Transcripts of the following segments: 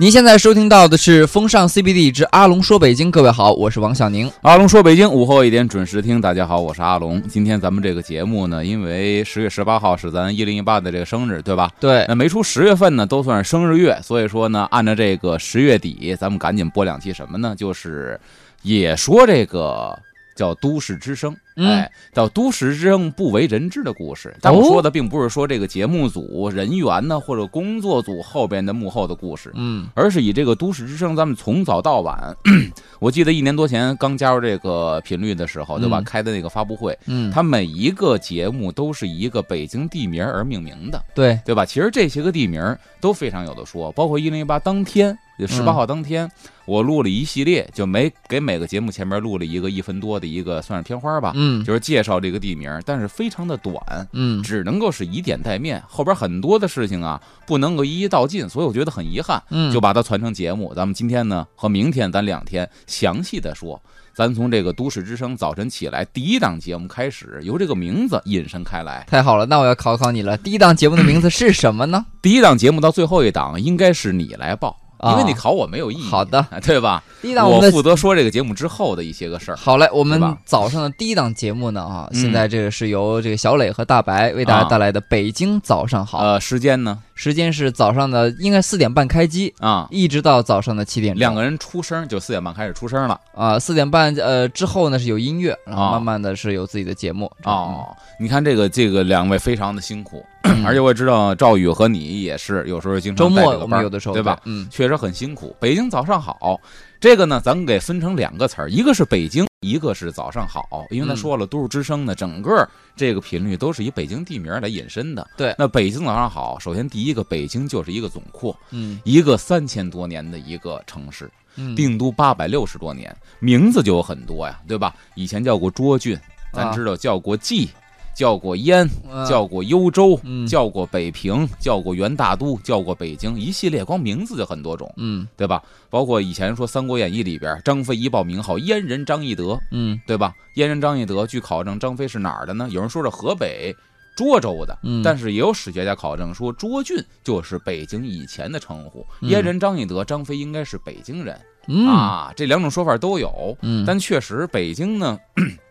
您现在收听到的是《风尚 CBD 之阿龙说北京》，各位好，我是王小宁。阿龙说：“北京午后一点准时听，大家好，我是阿龙。今天咱们这个节目呢，因为十月十八号是咱一零一八的这个生日，对吧？对那，没出十月份呢，都算是生日月，所以说呢，按照这个十月底，咱们赶紧播两期什么呢？就是也说这个叫都市之声，嗯哎，叫都市之声不为人知的故事。但我哦说的并不是说这个节目组人员呢，或者工作组后边的幕后的故事，嗯，而是以这个都市之声，咱们从早到晚。 我记得一年多前刚加入这个频率的时候，对吧？嗯开的那个发布会，嗯，它每一个节目都是以一个北京地名而命名的，对，对吧？其实这些个地名都非常有的说，包括一零一八当天，十八号当天，嗯我录了一系列，就每给每个节目前面录了一个一分多的一个算是片花吧，嗯就是介绍这个地名，但是非常的短。嗯只能够是以点带面，后边很多的事情啊，不能够一一道尽，所以我觉得很遗憾。嗯，就把它传成节目。咱们今天呢和明天，咱两天详细的说。咱从这个都市之声早晨起来第一档节目开始，由这个名字引申开来。太好了，那我要考考你了。第一档节目的名字是什么 呢？第一档节目到最后一档应该是你来报，因为啊你考我没有意义，好的， 对吧？ 第一档我们的负责说这个节目之后的一些个事儿。好嘞，我们对吧早上的第一档节目呢啊，嗯现在这个是由这个小磊和大白为大家带来的《北京早上好》，呃，时间呢？时间是早上的应该四点半开机，啊，一直到早上的七点钟。两个人出声就四点半开始出声了。啊，四点半呃之后呢是有音乐，然后啊慢慢的是有自己的节目。哦，你看这个这个两位非常的辛苦， 而且我也知道赵宇和你也是有时候经周常带末这个我班们儿有的时候对吧？？嗯确实很辛苦。北京早上好，这个呢，咱们给分成两个词儿，一个是北京，一个是早上好。因为他嗯说了，都市之声呢，整个这个频率都是以北京地名来引申的。对那北京早上好，首先第一个，北京就是一个总括，嗯一个三千多年的一个城市，嗯，定都八百六十多年，名字就有很多呀，对吧？以前叫过涿郡，咱啊知道叫过冀，叫过燕，呃叫过幽州，嗯叫过北平，叫过元大都，叫过北京，一系列光名字就很多种。嗯对吧？包括以前说《三国演义》里边，张飞一报名号燕人张翼德，嗯对吧？燕人张翼德，据考证，张飞是哪儿的呢？有人说是河北涿州的，嗯，但是是也有史学家考证说，涿郡就是北京以前的称呼。嗯燕人张翼德，张飞应该是北京人嗯啊，这两种说法都有。嗯，但确实，北京呢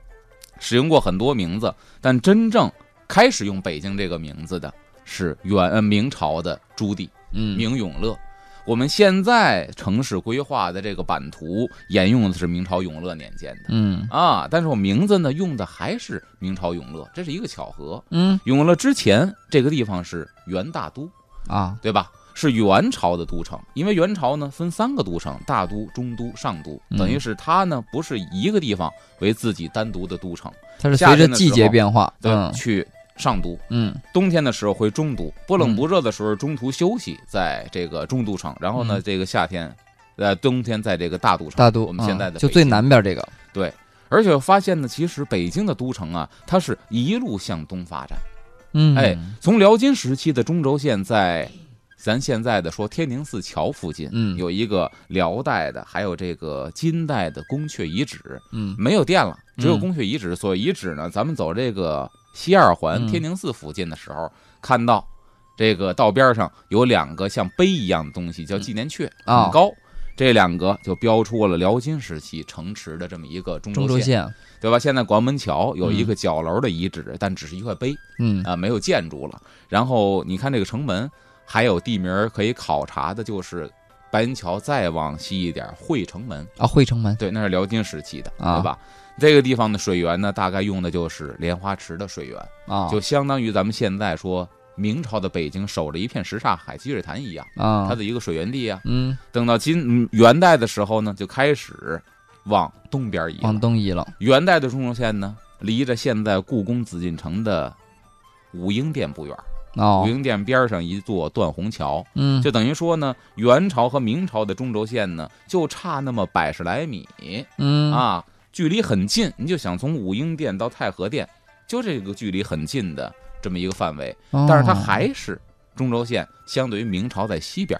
使用过很多名字，但真正开始用北京这个名字的是元呃明朝的朱棣。嗯明永乐。我们现在城市规划的这个版图沿用的是明朝永乐年间的嗯啊，但是我名字呢用的还是明朝永乐，这是一个巧合。嗯永乐之前这个地方是元大都，啊对吧？是元朝的都城，因为元朝呢分三个都城：大都、中都、上都，嗯等于是它呢不是以一个地方为自己单独的都城，它是随着季夏天的时节候变化。对，嗯去上都，嗯冬天的时候回中都，不冷不热的时候中途休息在这个中都城，然后呢，嗯这个夏天，呃，冬天在这个大都城。大都我们现在嗯的就北最京南边这个。而且发现呢，其实北京的都城啊，它是一路向东发展。嗯哎从辽金时期的中轴线在。咱现在的说天宁寺桥附近，嗯有一个辽代的，还有这个金代的宫阙遗址，嗯没有电了，只有嗯宫阙遗址。所以遗址呢，咱们走这个西二环嗯天宁寺附近的时候，看到这个道边上有两个像碑一样的东西，叫纪念阙，啊很高。这两个就标出了辽金时期城池的这么一个中中轴轴线，线。对吧？现在广门桥有一个角楼的遗址，但只是一块碑嗯啊、没有建筑了。然后你看这个城门，还有地名可以考察的，就是白云桥再往西一点会城门。啊，惠城门。对，那是辽金时期的，啊对吧？这个地方的水源呢，大概用的就是莲花池的水源，啊就相当于咱们现在说明朝的北京守着一片什刹海、积水潭一样，它啊的一个水源地啊。嗯等到金嗯元代的时候呢，就开始往东边移了。往东移了。元代的中轴线呢，离着现在故宫紫禁城的武英殿不远，哦武英殿边上一座断虹桥，嗯就等于说呢，元朝和明朝的中轴线呢，就差那么百十来米。嗯啊，距离很近，你就想从武英殿到太和殿，就这个距离很近的这么一个范围，哦但是它还是中轴线，相对于明朝在西边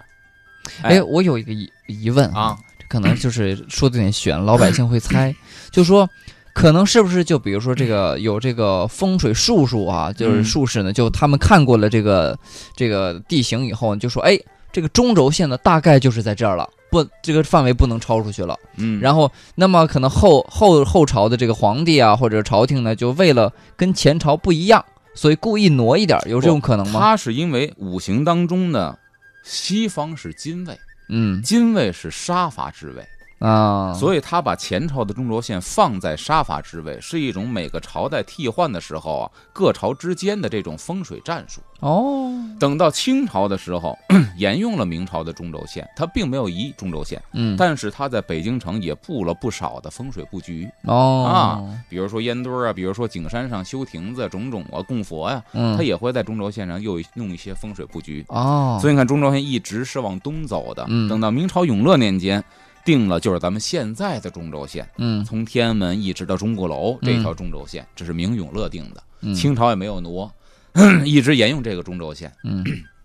哎哎，我有一个疑疑问啊，这可能就是说的有点悬，老百姓会 猜，就说可能是不是就比如说这个有这个风水术数啊，就是嗯术士呢，就他们看过了这个这个地形以后，就说哎，这个中轴线呢，大概就是在这儿了，不，这个范围不能超出去了。嗯，然后，那么可能后后后朝的这个皇帝啊，或者朝廷呢，就为了跟前朝不一样，所以故意挪一点儿，有这种可能吗？它是因为五行当中呢，西方是金位，嗯金位是杀伐之位，啊，所以他把前朝的中轴线放在杀伐之位，是一种每个朝代替换的时候啊，各朝之间的这种风水战术。哦，等到清朝的时候， 沿用了明朝的中轴线，它并没有移中轴线，嗯，但是它在北京城也布了不少的风水布局，哦比如说烟墩儿啊，比如说景山上修亭子种种啊，供佛呀、嗯，它也会在中轴线上又弄一些风水布局。哦，所以你看，中轴线一直是往东走的。嗯等到明朝永乐年间，定了就是咱们现在的中轴线，嗯从天安门一直到钟鼓楼这嗯条中轴线，这是明永乐定的。嗯清朝也没有挪， 一直沿用这个中轴线。嗯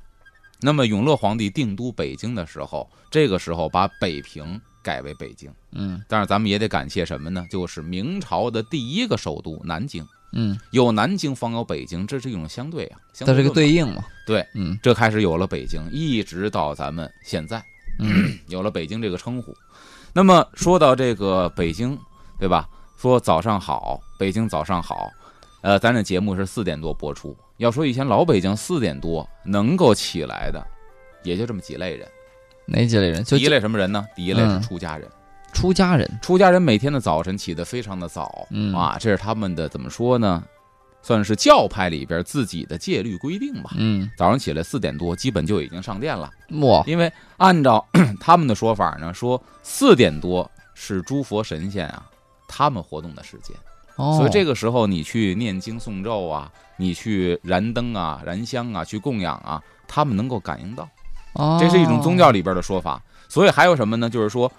那么永乐皇帝定都北京的时候，这个时候把北平改为北京。嗯但是咱们也得感谢什么呢？就是明朝的第一个首都南京，嗯，有南京方有北京，这是一种相对啊。相它这个论嘛对应嘛，对，嗯这开始有了北京，一直到咱们现在，嗯 有了北京这个称呼。那么说到这个北京，对吧？说早上好，北京早上好。呃，咱这节目是四点多播出。要说以前老北京四点多能够起来的，也就这么几类人。哪几类人？就第一类什么人呢？第一类是嗯出家人。出家人，出家人每天的早晨起得非常的早，嗯啊，这是他们的怎么说呢？算是教派里边自己的戒律规定吧。嗯，早上起来四点多，基本就已经上殿了。哇，因为按照 他们的说法呢，说四点多是诸佛神仙啊他们活动的时间，哦，所以这个个时候你去念经诵咒啊，你去燃灯啊、燃香啊、去供养啊，他们能够感应到，哦这是一种宗教里边的说法。所以还有什么呢？就是说，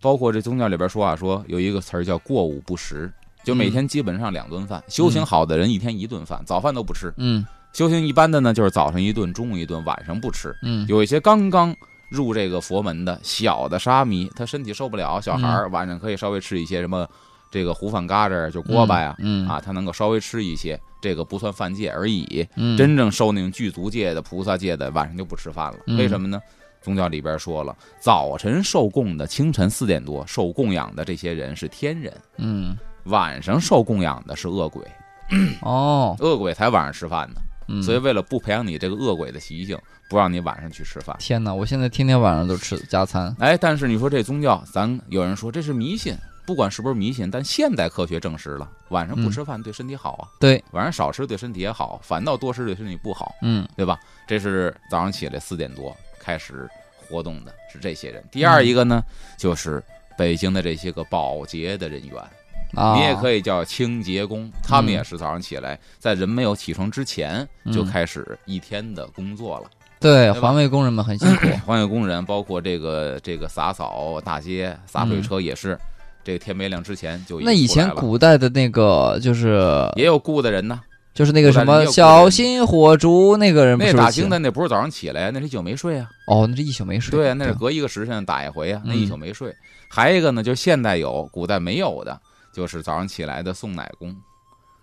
包括这宗教里边说啊，说有一个词儿叫过午不食。就每天基本上两顿饭，修行好的人一天一顿饭，早饭都不吃；嗯修行一般的呢，就是早上一顿，中午一顿，晚上不吃。嗯有一些刚刚入这个佛门的小的沙弥，他身体受不了，小孩儿嗯晚上可以稍微吃一些什么这个糊饭嘎吱儿，就锅巴呀，嗯啊，他能够稍微吃一些，这个不算犯戒而已。嗯真正受那种具足戒的、菩萨戒的，晚上就不吃饭了。嗯为什么呢？宗教里边说了，早晨受供的，清晨四点多受供养的这些人是天人，嗯晚上受供养的是恶鬼，哦，恶鬼才晚上吃饭呢。嗯所以为了不培养你这个恶鬼的习性，不让你晚上去吃饭。天哪，我现在天天晚上都吃加餐，哎，但是你说这宗教，咱有人说这是迷信，不管是不是迷信，但现代科学证实了，晚上不嗯吃饭对身体好啊，对，晚上少吃对身体也好，反倒多吃对身体不好，嗯对吧？这是早上起来四点多开始活动的，是这些人。第嗯二一个呢，就是北京的这些个保洁的人员，啊，你也可以叫清洁工，他们嗯也是早上起来，在人没有起床之前就嗯开始一天的工作了。对吧环卫工人们很辛苦，环卫工人，包括这个这个打扫大街、洒水车也是，这个天没亮之前就已经嗯那以出来前了古代的那个就是也有雇的人呢，就是那个什古代么人也有雇小人心火烛那个人不那是打起更的那不是早上起来，那是一宿没睡啊。哦，那是一宿没睡。对啊，那是隔一个时辰打一回啊，那一嗯宿没睡。还有一个呢，就是现代有，古代没有的。就是早上起来的送奶工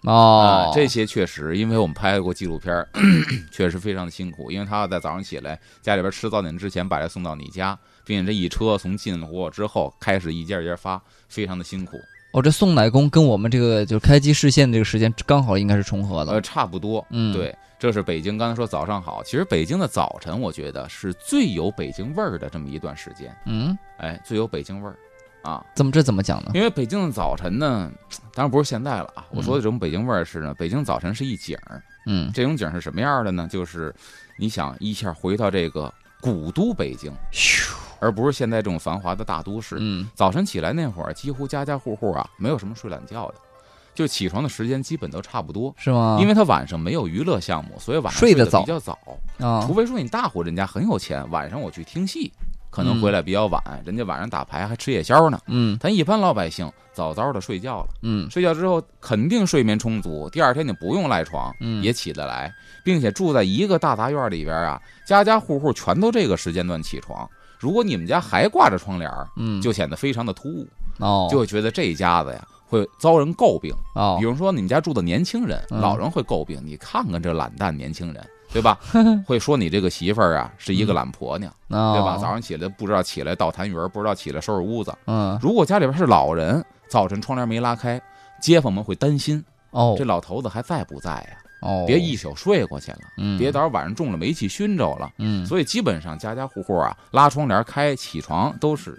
哦啊，，这些确实，因为我们拍过纪录片儿， 确实非常的辛苦，因为他要在早上起来家里边吃早点之前把这送到你家，并且这一车从进货之后开始一件一件发，非常的辛苦。哦，这送奶工跟我们这个就是开机视线这个时间刚好应该是重合的呃，。差不多。嗯，，对，这是北京。刚才说早上好，其实北京的早晨，我觉得是最有北京味儿的这么一段时间。嗯，哎，最有北京味儿啊！怎么这怎么讲呢？因为北京的早晨呢，当然不是现在了啊。我说的这种北京味儿是呢，北京早晨是一景儿。嗯，这种景儿是什么样的呢？就是你想一下回到这个古都北京，咻，而不是现在这种繁华的大都市。嗯早晨起来那会儿，几乎家家户户啊，没有什么睡懒觉的，就起床的时间基本都差不多。是吗？因为他晚上没有娱乐项目，所以晚上啊睡得得早比较早。啊除，非说你大户人家很有钱，晚上我去听戏，可能回来比较晚，人家晚上打牌还吃夜宵呢。嗯咱一般老百姓早早的睡觉了，嗯睡觉之后肯定睡眠充足，第二天你不用赖床，嗯也起得来，并且住在一个大杂院里边啊，家家户户全都这个时间段起床。如果你们家还挂着窗帘儿，嗯，就显得非常的突兀，哦就会觉得这一家子呀会遭人诟病。哦比，如说你们家住的年轻人，嗯老人会诟病，你看看这懒蛋年轻人，对 吧？会说你这个媳妇儿啊是一个懒婆娘，嗯对哦吧？早上起来不知道起来倒痰盂儿，不知道起来收拾屋子。嗯如果家里边是老人，早晨窗帘没拉开，街坊们会担心哦这老头子还在不在呀？哦，别一宿睡过去了，嗯别到时候晚上中了煤气熏着了。嗯，所以基本上家家户户啊，拉窗帘开起床都是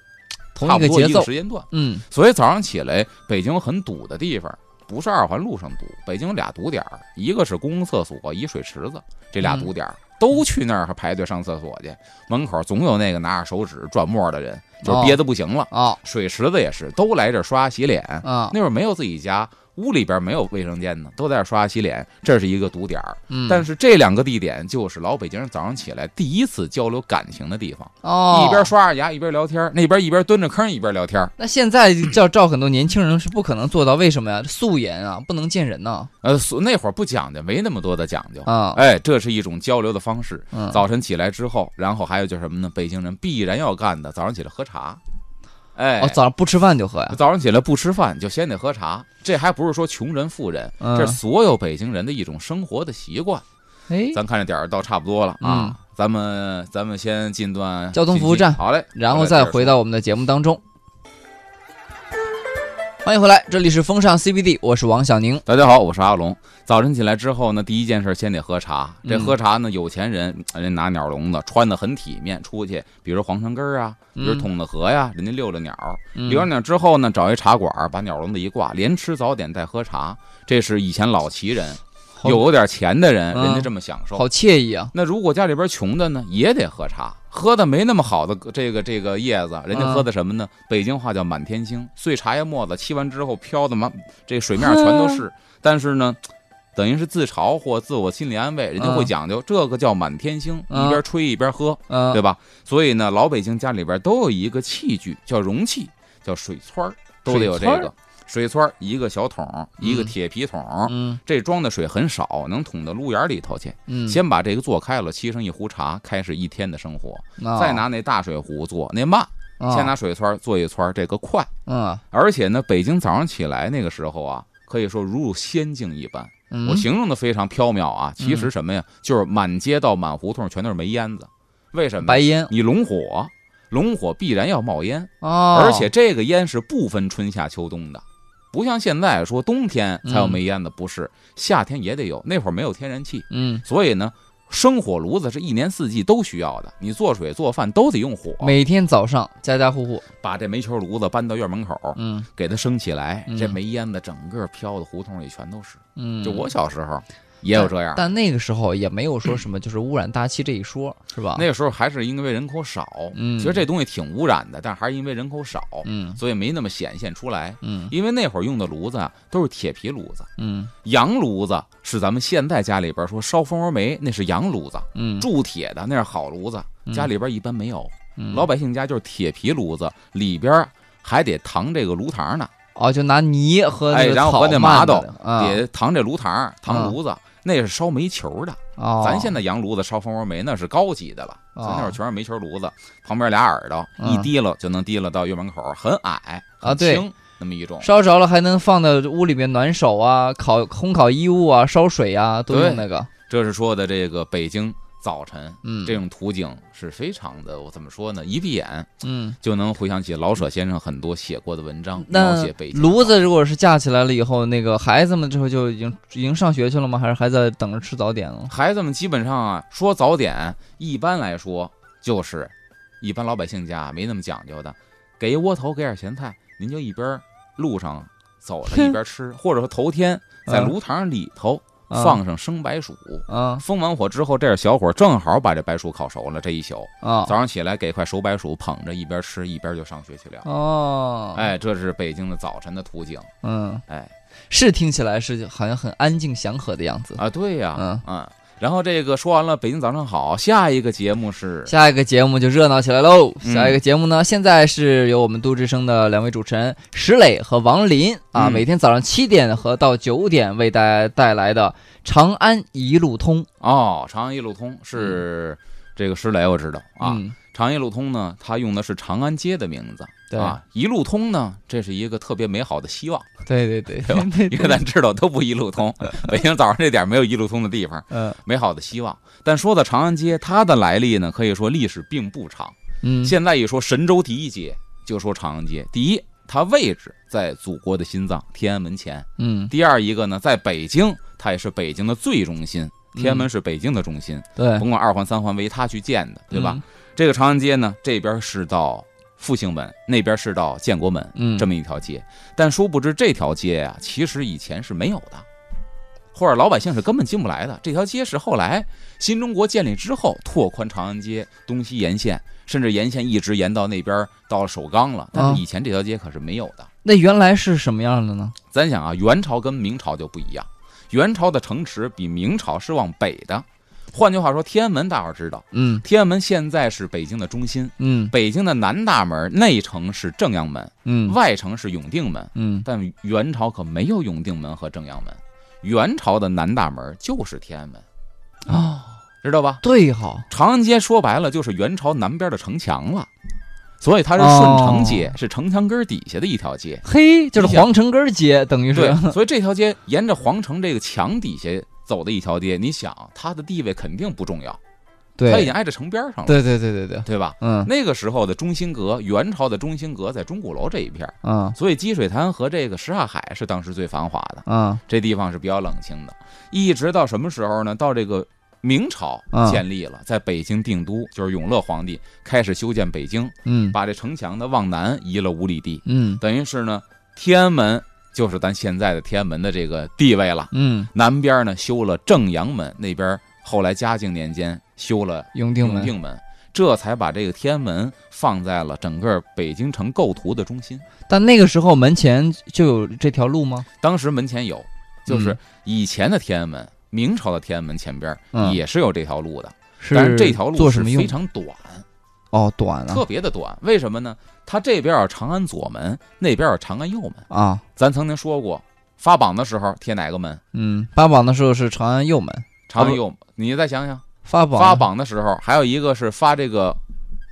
同差一个不多节一个奏，时间段。嗯所以早上起来，北京很堵的地方不是二环路上堵，北京有俩堵点儿，一个是公共厕所，一水池子，这俩堵点儿、都去那儿排队上厕所去。门口总有那个拿着手指转沫的人，就是憋得不行了。哦水池子也是，都来这儿刷牙洗脸。啊那会儿没有自己家，屋里边没有卫生间呢，都在这儿刷牙洗脸，这是一个堵点儿。嗯，但是这两个地点就是老北京人早上起来第一次交流感情的地方，哦一边刷着牙一边聊天儿，那边一边蹲着坑一边聊天儿。那现在照照很多年轻人是不可能做到，为什么呀？素颜啊，不能见人呐。呃，所那会儿不讲究，没那么多的讲究。啊，哎，这是一种交流的方式。嗯，早晨起来之后，然后还有就是什么呢？北京人必然要干的，早上起来喝茶。哎，哦，早上不吃饭就喝呀？早上起来不吃饭就先得喝茶，这还不是说穷人富人，嗯这是所有北京人的一种生活的习惯。哎，咱看这点儿倒差不多了啊，嗯咱们咱们先进段交通信息服务站好嘞，然后再回到我们的节目当中。欢迎回来，这里是风尚 CBD，我是王小宁。大家好，我是阿龙。早晨起来之后呢，第一件事先得喝茶。这嗯喝茶呢，有钱人人家拿鸟笼子，穿的很体面，出去，比如皇城根儿啊，比如嗯筒子河呀、人家遛遛鸟儿。嗯遛完鸟之后呢，找一茶馆儿，把鸟笼子一挂，连吃早点带喝茶。这是以前老旗人，好有点钱的人，嗯人家这么享受。好惬意啊！那如果家里边穷的呢，也得喝茶。喝的没那么好的这个这个叶子，人家嗯喝的什么呢？北京话叫满天星，碎茶叶沫子沏完之后飘的满这水面全都嗯是。 但是呢，等于是自嘲或自我心理安慰，人家会嗯讲究这个叫满天星，嗯一边吹一边喝，嗯，对吧？所以呢，老北京家里边都有一个器具叫容器，叫水汆儿，都得有这水汆个水汆儿，一个小桶，一个嗯铁皮桶，嗯这装的水很少，能捅到路沿里头去。嗯，先把这个做开了，沏上一壶茶，开始一天的生活。啊再拿那大水壶做，那慢，啊先拿水汆儿做一汆儿，这个快。嗯而且呢，北京早上起来那个时候啊，可以说如入仙境一般。嗯，我形容的非常缥缈啊，其实什么呀，就是满街道、满胡同全都是煤烟子。为什么白呀？烟你龙火，龙火必然要冒烟，哦，而且这个烟是不分春夏秋冬的。不像现在说冬天才有煤烟子，不是夏天也得有。那会儿没有天然气，嗯，所以呢，生火炉子是一年四季都需要的，你做水做饭都得用火。每天早上家家户户把这煤球炉子搬到院门口，嗯给它升起来，嗯这煤烟子整个飘的胡同里全都是。嗯，就我小时候也有这样，但那个时候也没有说什么就是污染大气这一说，是吧？那个时候还是因为人口少，嗯其实这东西挺污染的，但还是因为人口少，嗯所以没那么显现出来。嗯因为那会儿用的炉子啊，都是铁皮炉子，嗯洋炉子是咱们现在家里边说烧蜂窝煤，那是洋炉子，嗯，铸铁的那是好炉子，嗯家里边一般没有。嗯老百姓家就是铁皮炉子，里边还得糖这个炉糖呢，哦，就拿泥和哎那个然后草和那慢麻豆的啊，得糖这炉糖，糖炉子。那是烧煤球的，哦，咱现在洋炉子烧蜂窝煤那是高级的了，哦咱那会儿全是煤球炉子，旁边俩耳朵嗯一提溜就能提溜到院门口，很矮啊很对轻那么一种，烧着了还能放到屋里面暖手啊，烤烘烤衣物啊，烧水啊，都用那个。这是说的这个北京早晨嗯，这种图景是非常的，我怎么说呢？一闭眼嗯，就能回想起老舍先生很多写过的文章，描那写北京炉子如果是架起来了以后，那个孩子们之后就已经已经上学去了吗？还是还在等着吃早点了？孩子们基本上啊，说早点，一般来说就是，一般老百姓家没那么讲究的，给一窝头，给点咸菜，您就一边儿路上走着一边吃，或者说头天在嗯炉膛里头啊放上生白薯，啊封完火之后，这点小火正好把这白薯烤熟了，这一宿啊早上起来给块熟白薯捧着，一边吃一边就上学去了。哦，，哎，这是北京的早晨的图景。嗯，哎，是听起来是好像很安静祥和的样子。啊，对呀、嗯嗯。然后这个说完了，北京早上好，下一个节目是下一个节目就热闹起来喽！嗯下一个节目呢，现在是由我们都之声的两位主持人石磊和王林啊，嗯每天早上七点和到九点为大家带来的《长安一路通》哦，长安一路通是这个石磊，我知道啊。嗯长长一路通呢，它用的是长安街的名字，对啊，一路通呢，这是一个特别美好的希望， 对对对 对吧？因为咱知道都不一路通，北京早上这点儿没有一路通的地方，嗯美好的希望。但说到长安街，它的来历呢，可以说历史并不长。嗯，现在一说神州第一街，就说长安街。第一，它位置在祖国的心脏天安门前；嗯第二一个呢，在北京，它也是北京的最中心，嗯天安门是北京的中心，对，嗯甭管二环三环为它去建的，对吧？这个长安街呢，这边是到复兴门，那边是到建国门，嗯？嗯，这么一条街。但殊不知这条街呀、其实以前是没有的，或者老百姓是根本进不来的。这条街是后来新中国建立之后拓宽长安街东西沿线，甚至沿线一直延到那边儿到首钢了。哦但是以前这条街可是没有的。那原来是什么样的呢？咱想啊，元朝跟明朝就不一样，元朝的城池比明朝是往北的。换句话说，天安门大伙儿知道，嗯天安门现在是北京的中心。嗯北京的南大门内城是正阳门，嗯外城是永定门。嗯，但元朝可没有永定门和正阳门，元朝的南大门就是天安门，哦，知道吧？对好，长安街说白了就是元朝南边的城墙了，所以它是哦顺城街，是城墙根儿底下的一条街。嘿，就是你想皇城根儿街，等于对是，，所以这条街沿着皇城这个墙底下走的一条街，你想它的地位肯定不重要， 对它已经挨着城边上了，对对对对对，对吧？嗯那个时候的中心阁，元朝的中心阁在钟鼓楼这一片儿，嗯所以积水潭和这个什刹海是当时最繁华的。嗯这地方是比较冷清的。一直到什么时候呢？到这个明朝嗯建立了，在北京定都，就是永乐皇帝开始修建北京，嗯把这城墙呢往南移了五里地，嗯等于是呢天安门就是咱现在的天安门的这个地位了。嗯，南边呢修了正阳门，那边后来嘉靖年间修了永定永门，定门。这才把这个天安门放在了整个北京城构图的中心。但那个时候门前就有这条路吗？当时门前有，就是嗯以前的天安门，明朝的天安门前边嗯，也是有这条路的，是但是这条路做是什么非用？常短，哦，短啊特别的短。为什么呢？它这边有长安左门，那边有长安右门。啊，咱曾经说过，发榜的时候贴哪个门？嗯，发榜的时候是长安右门，长安右啊门。你再想想，发榜发榜的时候还有一个是发这个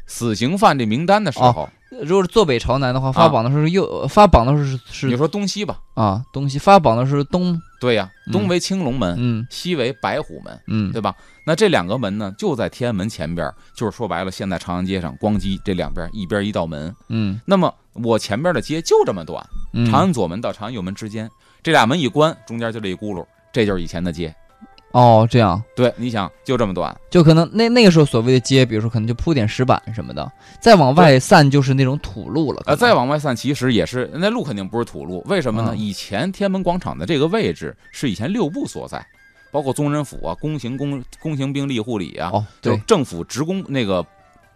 死刑犯这名单的时候。如果是坐北朝南的话，啊发榜的时候是右，发榜的时候是你是说东西吧？啊东西，发榜的时候是东，对呀、嗯东为青龙门，嗯西为白虎门。嗯对吧？那这两个门呢，就在天安门前边儿，就是说白了，现在长安街上咣叽这两边儿一边一道门。嗯那么我前边的街就这么短，嗯，长安左门到长安右门之间，这俩门一关，中间就这一轱辘，这就是以前的街。哦这样，对，你想就这么短，就可能那那个时候所谓的街，比如说可能就铺点石板什么的，再往外散就是那种土路了。可呃，能再往外散，其实也是那路肯定不是土路，为什么呢？嗯以前天安门广场的这个位置是以前六部所在，包括宗人府啊、公行公公行兵吏护理啊，哦就对政府职工那个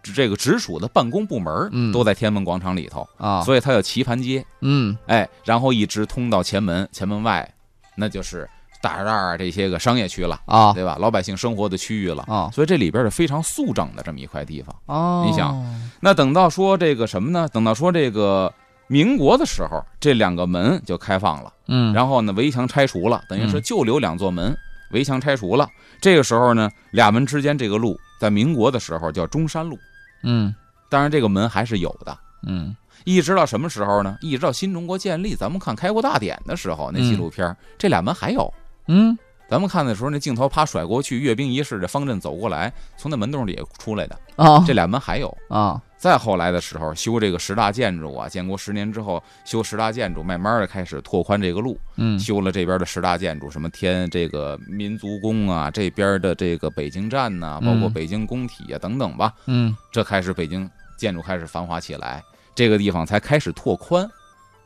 这个直属的办公部门儿嗯都在天安门广场里头。啊，所以它叫棋盘街，嗯哎，然后一直通到前门，前门外那就是大栅栏这些个商业区了，啊对吧？老百姓生活的区域了。啊所以这里边是非常肃整的这么一块地方。哦，你想那等到说这个什么呢？等到说这个民国的时候，这两个门就开放了，嗯，然后呢围墙拆除了，等于是嗯就留两座门，围墙拆除了。这个时候呢，俩门之间这个路在民国的时候叫中山路，嗯当然这个门还是有的。嗯一直到什么时候呢？一直到新中国建立，咱们看《开国大典》的时候，那纪录片儿、这俩门还有。嗯咱们看的时候，那镜头啪甩过去，阅兵仪式这方阵走过来，从那门洞里出来的，啊这俩门还有。啊再后来的时候，修这个十大建筑啊，建国十年之后修十大建筑，慢慢的开始拓宽这个路，嗯修了这边的十大建筑，什么天这个民族宫啊，这边的这个北京站呐、包括嗯北京工体啊等等吧，嗯这开始北京建筑开始繁华起来，这个地方才开始拓宽，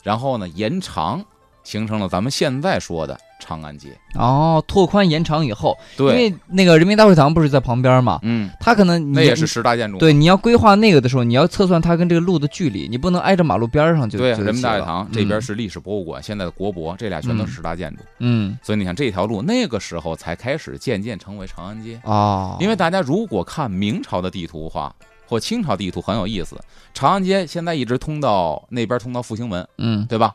然后呢延长，形成了咱们现在说的长安街。哦，拓宽延长以后，因对，为那个人民大会堂不是在旁边嘛，嗯，它可能那你也是十大建筑。对，你要规划那个的时候，你要测算它跟这个路的距离，你不能挨着马路边儿上就对，啊就人民大写会了堂这嗯边是历史博物馆，现在的国博，这俩全都是十大建筑。嗯所以你想，这条路那个时候才开始渐渐成为长安街嗯。哦，因为大家如果看明朝的地图的话，或清朝地图很有意思，长安街现在一直通到那边，通到复兴门，嗯对吧？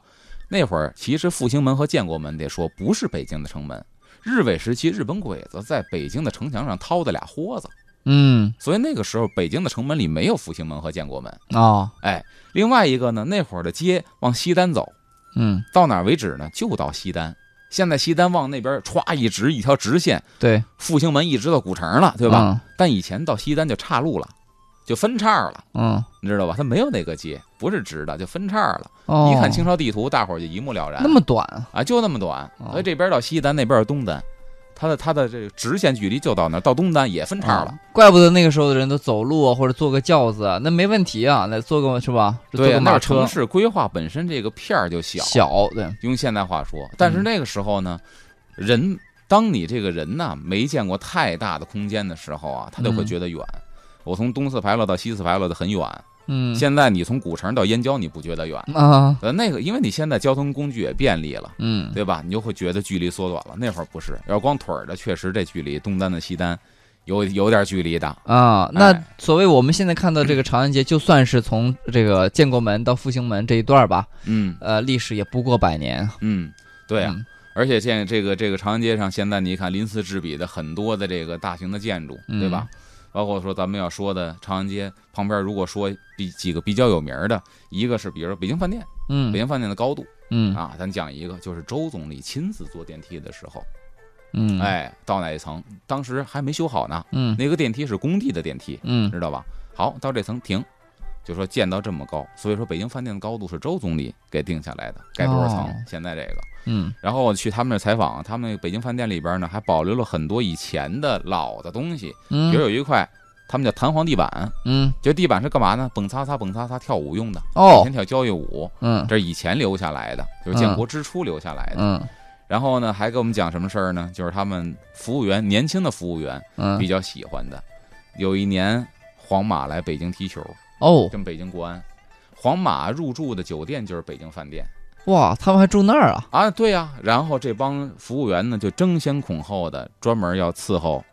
那会儿其实复兴门和建国门得说不是北京的城门，日伪时期日本鬼子在北京的城墙上掏的俩豁子，嗯所以那个时候北京的城门里没有复兴门和建国门。哦，哎，另外一个呢，那会儿的街往西单走，嗯，到哪儿为止呢？就到西单。现在西单往那边歘一直一条直线，对，复兴门一直到古城了，对吧？？但以前到西单就岔路了，就分叉了，嗯，嗯你知道吧？它没有那个街，不是直的，就分叉了。哦，一看清朝地图，大伙儿就一目了然。那么短啊，啊，就那么短，哦所以这边到西单，那边到东单，它的它的这个直线距离就到那儿，到东单也分叉了。哦怪不得那个时候的人都走路啊，或者坐个轿子啊，那没问题啊，那坐个是吧？坐对啊个，那马儿城车市规划本身这个片儿就小，小，对，用现代话说，嗯但是那个时候呢，人当你这个人呐、没见过太大的空间的时候啊，他就会嗯觉得远。我从东四牌楼到西四牌楼的很远，嗯，现在你从古城到燕郊你不觉得远？啊，呃，那个因为你现在交通工具也便利了。嗯，对吧？你就会觉得距离缩短了。那会儿不是，要光腿儿的，确实这距离东单的西单有有点距离的。啊，那哎所谓我们现在看到这个长安街，就算是从这个建国门到复兴门这一段儿吧，嗯呃，历史也不过百年。嗯，对啊。嗯而且现在这个这个长安街上，现在你看鳞次栉比的很多的这个大型的建筑，对吧？嗯包括说咱们要说的长安街旁边，如果说比几个比较有名儿的，一个是比如说北京饭店，北嗯京饭店的高度嗯啊，咱讲一个，就是周总理亲自坐电梯的时候，嗯，，哎，到哪一层，当时还没修好呢，嗯那个电梯是工地的电梯，嗯知道吧？好，到这层停，就说建到这么高，所以说北京饭店的高度是周总理给定下来的，该多少层？哦现在这个。嗯然后我去他们那儿采访，他们那个北京饭店里边呢，还保留了很多以前的老的东西，比嗯如有一块，他们叫弹簧地板，嗯，这地板是干嘛呢？蹦擦擦蹦擦擦跳舞用的，以哦，前跳交谊舞，嗯这是以前留下来的，就是建国之初留下来的。嗯然后呢，还给我们讲什么事儿呢？就是他们服务员，年轻的服务员嗯，比较喜欢的。有一年，皇马来北京踢球，哦，跟北京国安。皇马入住的酒店就是北京饭店哇，他们还住那儿啊？啊，对呀、然后这帮服务员呢，就争先恐后的专门要伺候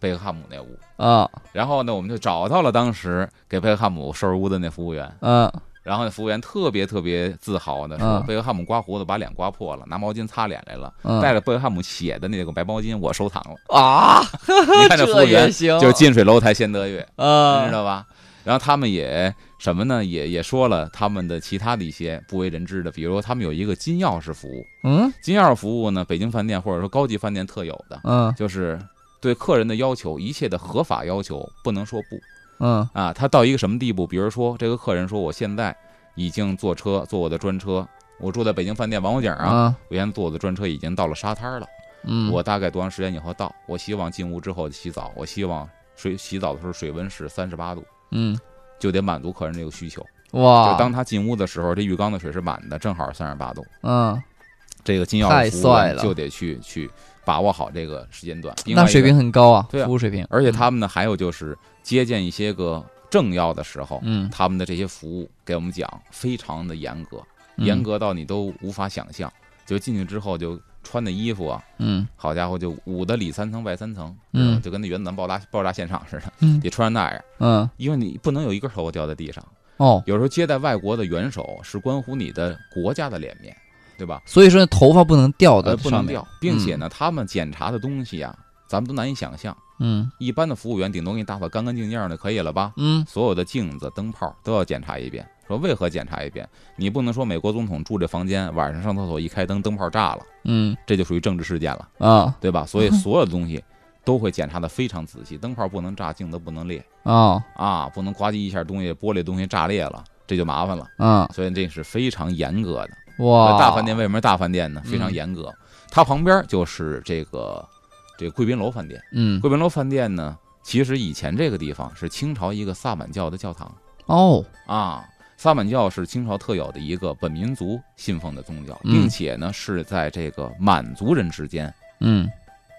贝克汉姆那屋。啊，然后呢，我们就找到了当时给贝克汉姆收拾屋的那服务员。嗯然后那服务员特别特别自豪的说嗯：“贝克汉姆刮胡子把脸刮破了，拿毛巾擦脸来了，带嗯，着贝克汉姆写的那个白毛巾，我收藏 了。啊，”你看这服务这也员行，就是近水楼台先得月。啊，你知道吧？然后他们也什么呢？也也说了他们的其他的一些不为人知的，比如他们有一个金钥匙服务，嗯金钥匙服务呢，北京饭店或者说高级饭店特有的，嗯就是对客人的要求，一切的合法要求不能说不嗯啊。他到一个什么地步？比如说这个客人说，我现在已经坐车，坐我的专车，我住在北京饭店王府井啊，啊我现在坐我的专车已经到了沙滩了。嗯，我大概多长时间以后到？我希望进屋之后洗澡，我希望水洗澡的时候水温是三十八度。嗯就得满足客人这个需求。哇，就当他进屋的时候，这浴缸的水是满的，正好三十八度。嗯，这个金钥太匙服务帅员了就得去去把握好这个时间段。另那外一个水平，很高啊，对啊服务水平，而且他们呢，还有就是接见一些个政要的时候，嗯他们的这些服务给我们讲非常的严格，嗯严格到你都无法想象。就进去之后就穿的衣服啊，嗯好家伙，就捂的里三层外三层，嗯知道吗就跟那原子弹爆炸爆炸现场似的，嗯得穿成那样，嗯因为你不能有一根头发掉在地上。哦，有时候接待外国的元首是关乎你的国家的脸面，对吧？所以说头发不能掉呃，的不能掉，并且呢，他们检查的东西啊，咱们都难以想象。嗯一般的服务员顶多给你打扫干干净净的，可以了吧？嗯所有的镜子、灯泡都要检查一遍。说为何检查一遍？你不能说美国总统住这房间，晚上上厕所一开灯，灯泡炸了，嗯这就属于政治事件了，啊对吧？所以所有的东西都会检查的非常仔细，灯泡不能炸，镜子不能裂啊啊，不能呱唧一下东西玻璃东西炸裂了，这就麻烦了。啊所以这是非常严格的。哇，大饭店为什么是大饭店呢？哦嗯非常严格。它旁边就是这个这个贵宾楼饭店。嗯贵宾楼饭店呢，其实以前这个地方是清朝一个萨满教的教堂哦啊。萨满教是清朝特有的一个本民族信奉的宗教，嗯并且呢是在这个满族人之间嗯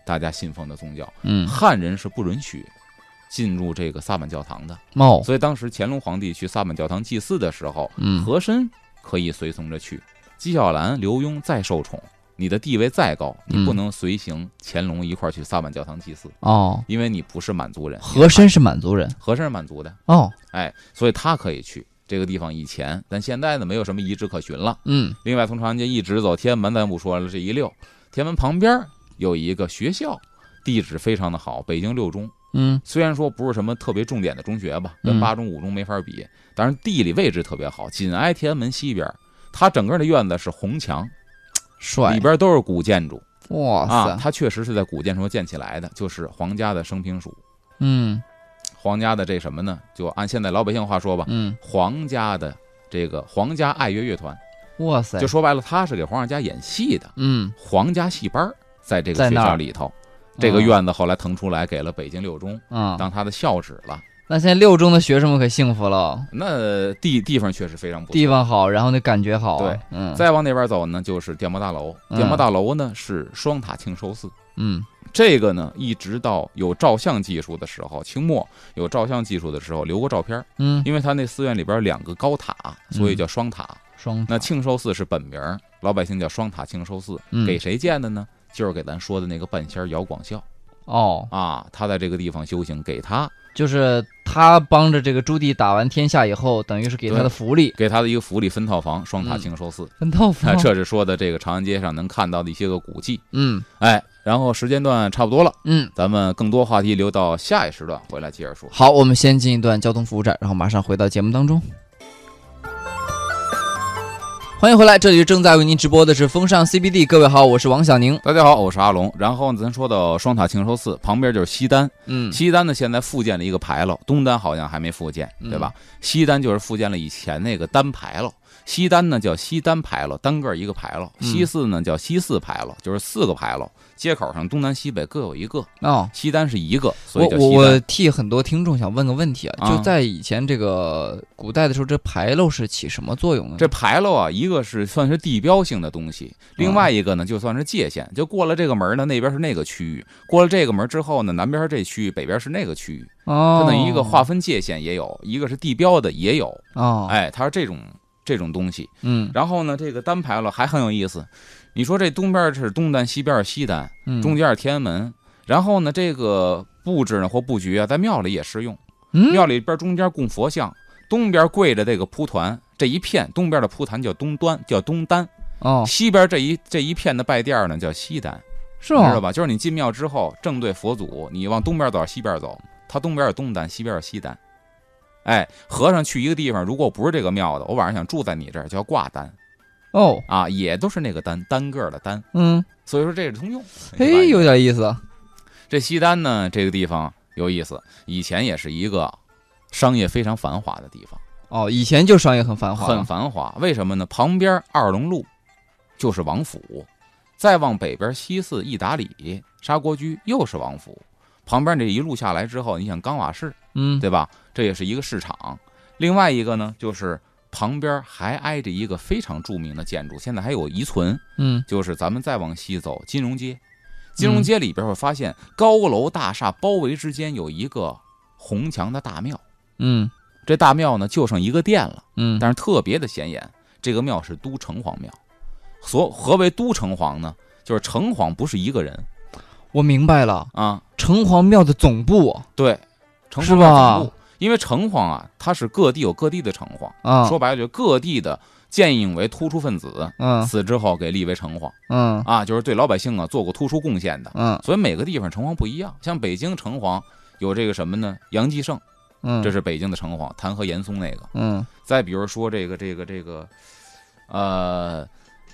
大家信奉的宗教。嗯汉人是不允许进入这个萨满教堂的，哦所以当时乾隆皇帝去萨满教堂祭祀的时候，嗯和珅可以随从着去，纪晓岚、刘墉再受宠，你的地位再高，你不嗯能随行乾隆一块儿去萨满教堂祭祀，哦因为你不是满族人。和珅是满族人和珅是满族的，哦哎，所以他可以去这个地方。以前，但现在呢，没有什么遗址可寻了。嗯另外，从长安街一直走天安门，咱不说了，这一溜，天安门旁边有一个学校，地址非常的好，北京六中。嗯虽然说不是什么特别重点的中学吧，跟嗯八中、五中没法比，但是地理位置特别好，紧挨天安门西边儿。它整个的院子是红墙，帅里，边都是古建筑哇啊。塞，它确实是在古建筑建起来的，就是皇家的升平署，嗯皇家的这什么呢？就按现在老百姓话说吧，嗯，皇家的这个皇家爱乐乐团，哇塞就，说白了，他是给皇上家演戏的，嗯，皇家戏班儿在这在个那学儿哦校里头。这个院子后来腾出来给了北京六中啊、嗯当他的校址了。那现在六中的学生们可幸福了，那地地方确实非常不错。地方好，然后那感觉好，对，嗯，再往那边走呢，就是电报大楼。嗯电报大楼呢是双塔庆寿寺，嗯这个呢一直到有照相技术的时候，清末有照相技术的时候留过照片儿，嗯，因为它那寺院里边两个高塔，所以叫双塔。双那庆寿寺是本名儿，老百姓叫双塔庆寿寺。嗯给谁建的呢？就是给咱说的那个半仙儿姚广孝哦，啊，他在这个地方修行，给他就是他帮着这个朱棣打完天下以后，等于是给他的对福利，给他的一个府里分套房，双塔嗯庆寿寺。分套房啊，，这是说的这个长安街上能看到的一些个古迹。嗯哎，然后时间段差不多了，嗯，咱们更多话题留到下一时段回来接着说。好，我们先进一段交通服务站，然后马上回到节目当中。欢迎回来，这里正在为您直播的是风尚 CBD，各位好，我是王小宁。大家好，我是阿龙。然后呢咱说到双塔庆寿寺旁边就是西单，嗯西单呢现在复建了一个牌楼，东单好像还没复建，嗯对吧？西单就是复建了以前那个单牌楼，西单呢叫西单牌楼，单个一个牌楼；嗯西四呢叫西四牌楼，就是四个牌楼，街口上东南西北各有一个，哦，西单是一个，所我以叫我西我单。替很多听众想问个问题啊，就啊在以前这个古代的时候，这牌楼是起什么作用呢？这牌楼啊，一个是算是地标性的东西，嗯另外一个呢就算是界限，就过了这个门呢，那边是那个区域；过了这个门之后呢，南边是这区域，北边是那个区域，它哦，等于一个划分界限也有，一个是地标的也有，哦，哎，它是这种这种东西。嗯然后呢，这个单牌楼还很有意思，你说这东边是东单，西边是西单，嗯，中间是天安门，然后呢，这个布置呢或布局啊，在庙里也适用。嗯庙里边中间供佛像，东边跪着这个蒲团，这一片东边的蒲团叫东端，叫东单，哦西边这一这一片的拜垫呢叫西单，是哦你知道吗？吧？就是你进庙之后，正对佛祖，你往东边走，西边走，它东边有东单，西边有西单。哎，和尚去一个地方，如果不是这个庙的，我晚上想住在你这儿，叫挂单哦，啊，也都是那个单单个儿的单，嗯，所以说这是通用。哎，有点意思。这西单呢，这个地方有意思，以前也是一个商业非常繁华的地方。哦，以前就商业很繁华，很繁华。为什么呢？旁边二龙路就是王府，再往北边西四意达里砂锅居又是王府，旁边这一路下来之后，你想钢瓦市嗯，对吧？这也是一个市场。另外一个呢，就是旁边还挨着一个非常著名的建筑，现在还有遗存，嗯，就是咱们再往西走金融街。金融街里边会发现高楼大厦包围之间有一个红墙的大庙，嗯这大庙呢就剩一个殿了。嗯，但是特别的显眼。这个庙是都城隍庙。所何为都城隍呢？就是城隍不是一个人我明白了，啊，城隍庙的总部对，城是隍吧庙总部因为城隍啊，它是各地有各地的城隍，啊，说白了就是各地的建议为突出分子，嗯死之后给立为城隍嗯啊，就是对老百姓啊做过突出贡献的。嗯所以每个地方城隍不一样，像北京城隍有这个什么呢？杨继盛，嗯，这是北京的城隍，弹劾严嵩那个。嗯再比如说这个这个这个，呃，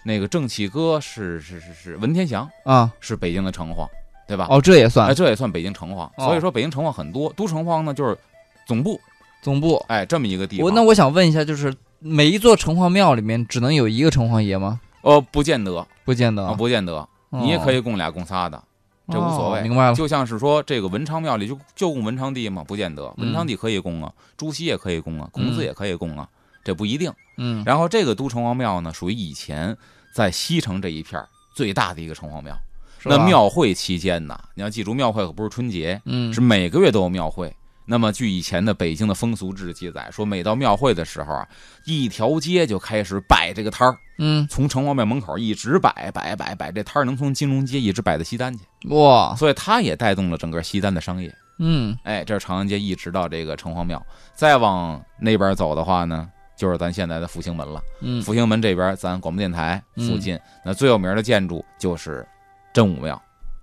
那个正气歌是是是是文天祥啊，是北京的城隍，对吧？哦，这哦也哎，算这也算北京城隍。所以说北京城隍很多，都城隍呢就是总部，总部。哎，这么一个地我方。那我想问一下，就是每一座城隍庙里面只能有一个城隍爷吗？呃，不见得不见得啊，，不见得，哦你也可以供俩供仨的，这无所谓哦明白了。就像是说这个文昌庙里就就供文昌帝嘛，不见得，文嗯昌帝可以供啊，朱熹也可以供啊，孔子也可以供啊，这不一定。嗯然后这个都城隍庙呢，属于以前在西城这一片儿最大的一个城隍庙。是吧那庙会期间呢，你要记住，庙会可不是春节，嗯是每个月都有庙会。那么，据以前的北京的风俗志记载，说每到庙会的时候啊，一条街就开始摆这个摊儿，嗯从城隍庙门口一直摆摆摆摆，这摊儿能从金融街一直摆到西单去，哇所以它也带动了整个西单的商业。嗯哎，这是长安街一直到这个城隍庙，再往那边走的话呢，就是咱现在的复兴门了。嗯复兴门这边，咱广播电台附近，那最有名的建筑就是真武庙。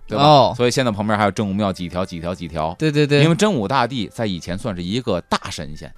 对吧？哦所以现在旁边还有真武庙几条几条几条，对对对，因为真武大帝在以前算是一个大神仙，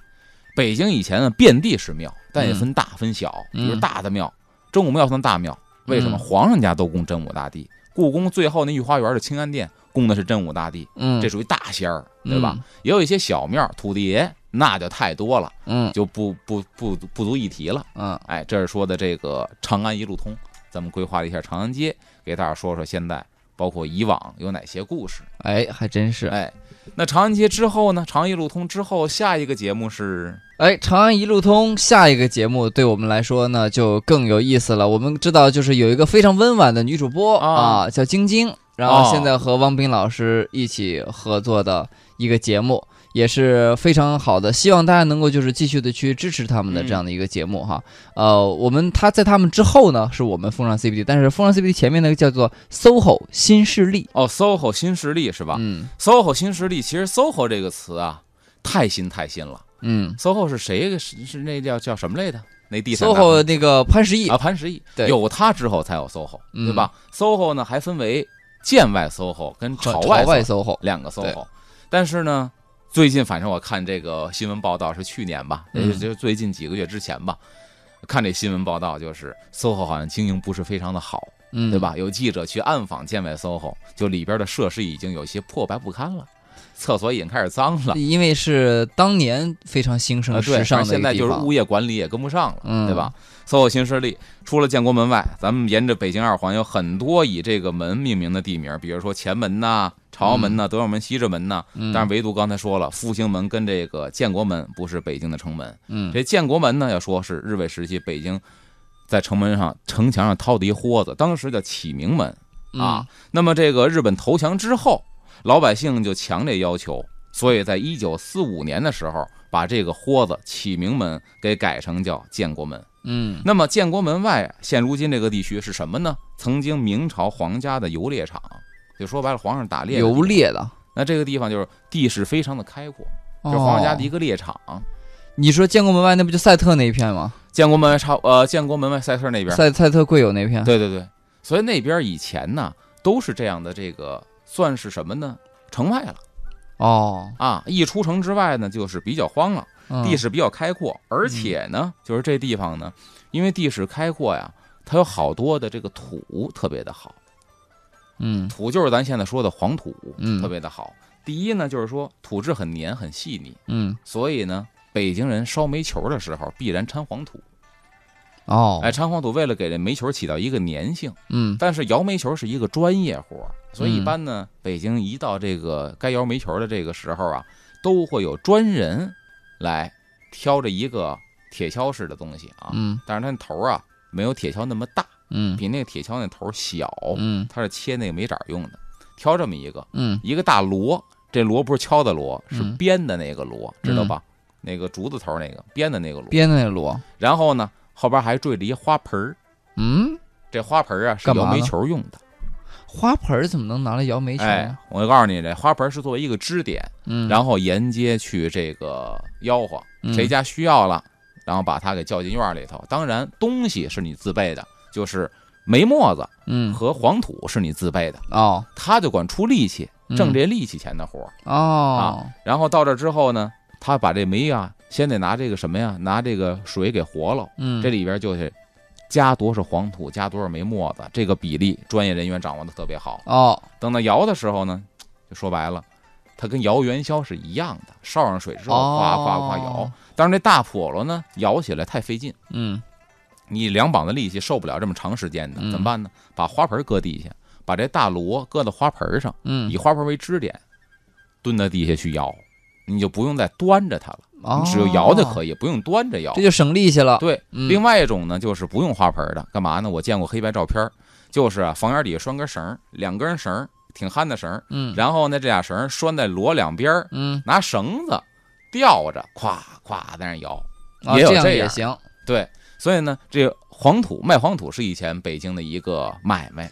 北京以前呢遍地是庙，但也分大分小，嗯比如大的庙，真武庙算大庙，为什么？嗯皇上家都供真武大帝，故宫最后那御花园的清安殿供的是真武大帝，嗯，这属于大仙儿，对吧？嗯也有一些小庙，土地爷那就太多了，嗯就不不不不足一提了。嗯哎，这是说的这个长安一路通，咱们规划了一下长安街，给大家说说现在包括以往有哪些故事。哎，还真是。哎，那长安街之后呢？长安一路通之后，下一个节目是哎，长安一路通，下一个节目对我们来说呢就更有意思了。我们知道，就是有一个非常温婉的女主播啊啊叫晶晶，然哦后现在和汪冰老师一起合作的一个节目，也是非常好的。希望大家能够就是继续的去支持他们的嗯这样的一个节目哈。呃，我们他在他们之后呢，是我们风尚 CBD，但是风尚 CBD 前面那个叫做 SOHO 新势力，哦，SOHO 新势力是吧、嗯 s o h o 新势力，其实 SOHO 这个词啊，太新太新了。嗯 SOHO 是谁？是是那叫叫什么来的？那地产大亨，SOHO 那个潘石屹啊，潘石屹，对有他之后才有 SOHO，、嗯对吧？SOHO 呢还分为建外 SOHO 跟和朝外外 SOHO SOHO，两个对 SOHO，但是呢，最近反正我看这个新闻报道是去年吧，也嗯就是最近几个月之前吧，看这新闻报道就是 SOHO 好像经营不是非常的好，嗯，对？吧？有记者去暗访建外 SOHO，就里边的设施已经有些破败不堪了，厕所已经开始脏了。因为是当年非常兴盛呃，嗯对，时尚而的现一个在地就是方物业管理也跟不上了，嗯对吧？所有新势力除了建国门外，咱们沿着北京二环有很多以这个门命名的地名，比如说前门呐、朝阳门呐、德胜门、西直门呐。嗯但是唯独刚才说了，复兴门跟这个建国门不是北京的城门，嗯这建国门呢要说是日伪时期北京在城门上城墙上掏的一豁子，当时叫启明门。嗯啊，那么这个日本投降之后，老百姓就强烈要求，所以在一九四五年的时候，把这个豁子启明门给改成叫建国门。嗯那么建国门外，现如今这个地区是什么呢？曾经明朝皇家的游猎场，就说白了，皇上打猎。嗯，游。猎的，那这个地方就是地势非常的开阔，哦就是皇上家的一个猎场。你说建国门外那不就赛特那一片吗？建国门外差呃，建国门外赛特那边，赛赛特贵友那片，对对对，所以那边以前呢都是这样的，这个算是什么呢？城外了。哦，啊，一出城之外呢，就是比较荒了，嗯地势比较开阔，而且呢，就是这地方呢，因为地势开阔呀，它有好多的这个土特别的好，嗯土就是咱现在说的黄土，嗯特别的好。第一呢，就是说土质很黏很细腻，嗯所以呢，北京人烧煤球的时候必然掺黄土，哦，哎，掺黄土为了给这煤球起到一个粘性。嗯但是摇煤球是一个专业活儿，所以一嗯般呢，北京一到这个该摇煤球的这个时候啊，都会有专人来挑着一个铁锹式的东西啊，嗯但是它那头儿啊没有铁锹那么大，嗯比那个铁锹那头儿小，嗯它是切那个煤渣儿用的，挑这么一个嗯一个大锣，这锣不是敲的锣，是嗯编的那个锣，知道嗯吧？那个竹字头儿那个编的那个锣，编的那锣，然后呢后边还缀着一花盆儿，嗯，这花盆儿啊是干摇嘛煤呢球用的。花盆儿怎么能拿来摇煤球哎呢？，我告诉你，这花盆是作为一个支点，嗯，后然后沿街去这个吆喝，嗯谁家需要了，然后把他给叫进院里头。当然，东西是你自备的，就是煤沫子嗯和黄土是你自备的，哦他就管出力气，嗯挣这啊力气钱的活儿。哦然后到这之后呢，他把这煤啊，先得拿这个什么呀，拿这个水给和了，嗯这里边就是加多少黄土，加多少煤沫子，这个比例专业人员掌握的特别好。哦等到摇的时候呢，就说白了，它跟摇元宵是一样的，烧上水之后哗哗哗摇哦。但是这大笸箩呢，摇起来太费劲，嗯你两膀子力气受不了这么长时间的，嗯怎么办呢？把花盆搁地下，把这大锣搁到花盆上，嗯以花盆为支点，蹲在地下去摇，你就不用再端着它了，哦，你只有摇就以，可以，不用端着摇这。就省力气了。对，嗯另外一种呢，就是不用花盆的，干嘛呢？我见过黑白照片儿，就是啊，房檐底下拴根绳儿，两根绳儿，挺憨的绳儿，嗯然后呢，这俩绳儿拴在锣两边儿，嗯，拿绳子吊着，咵咵在那儿摇。啊也有这样这也样行。对，所以呢，这黄土卖黄土是以前北京的一个买卖，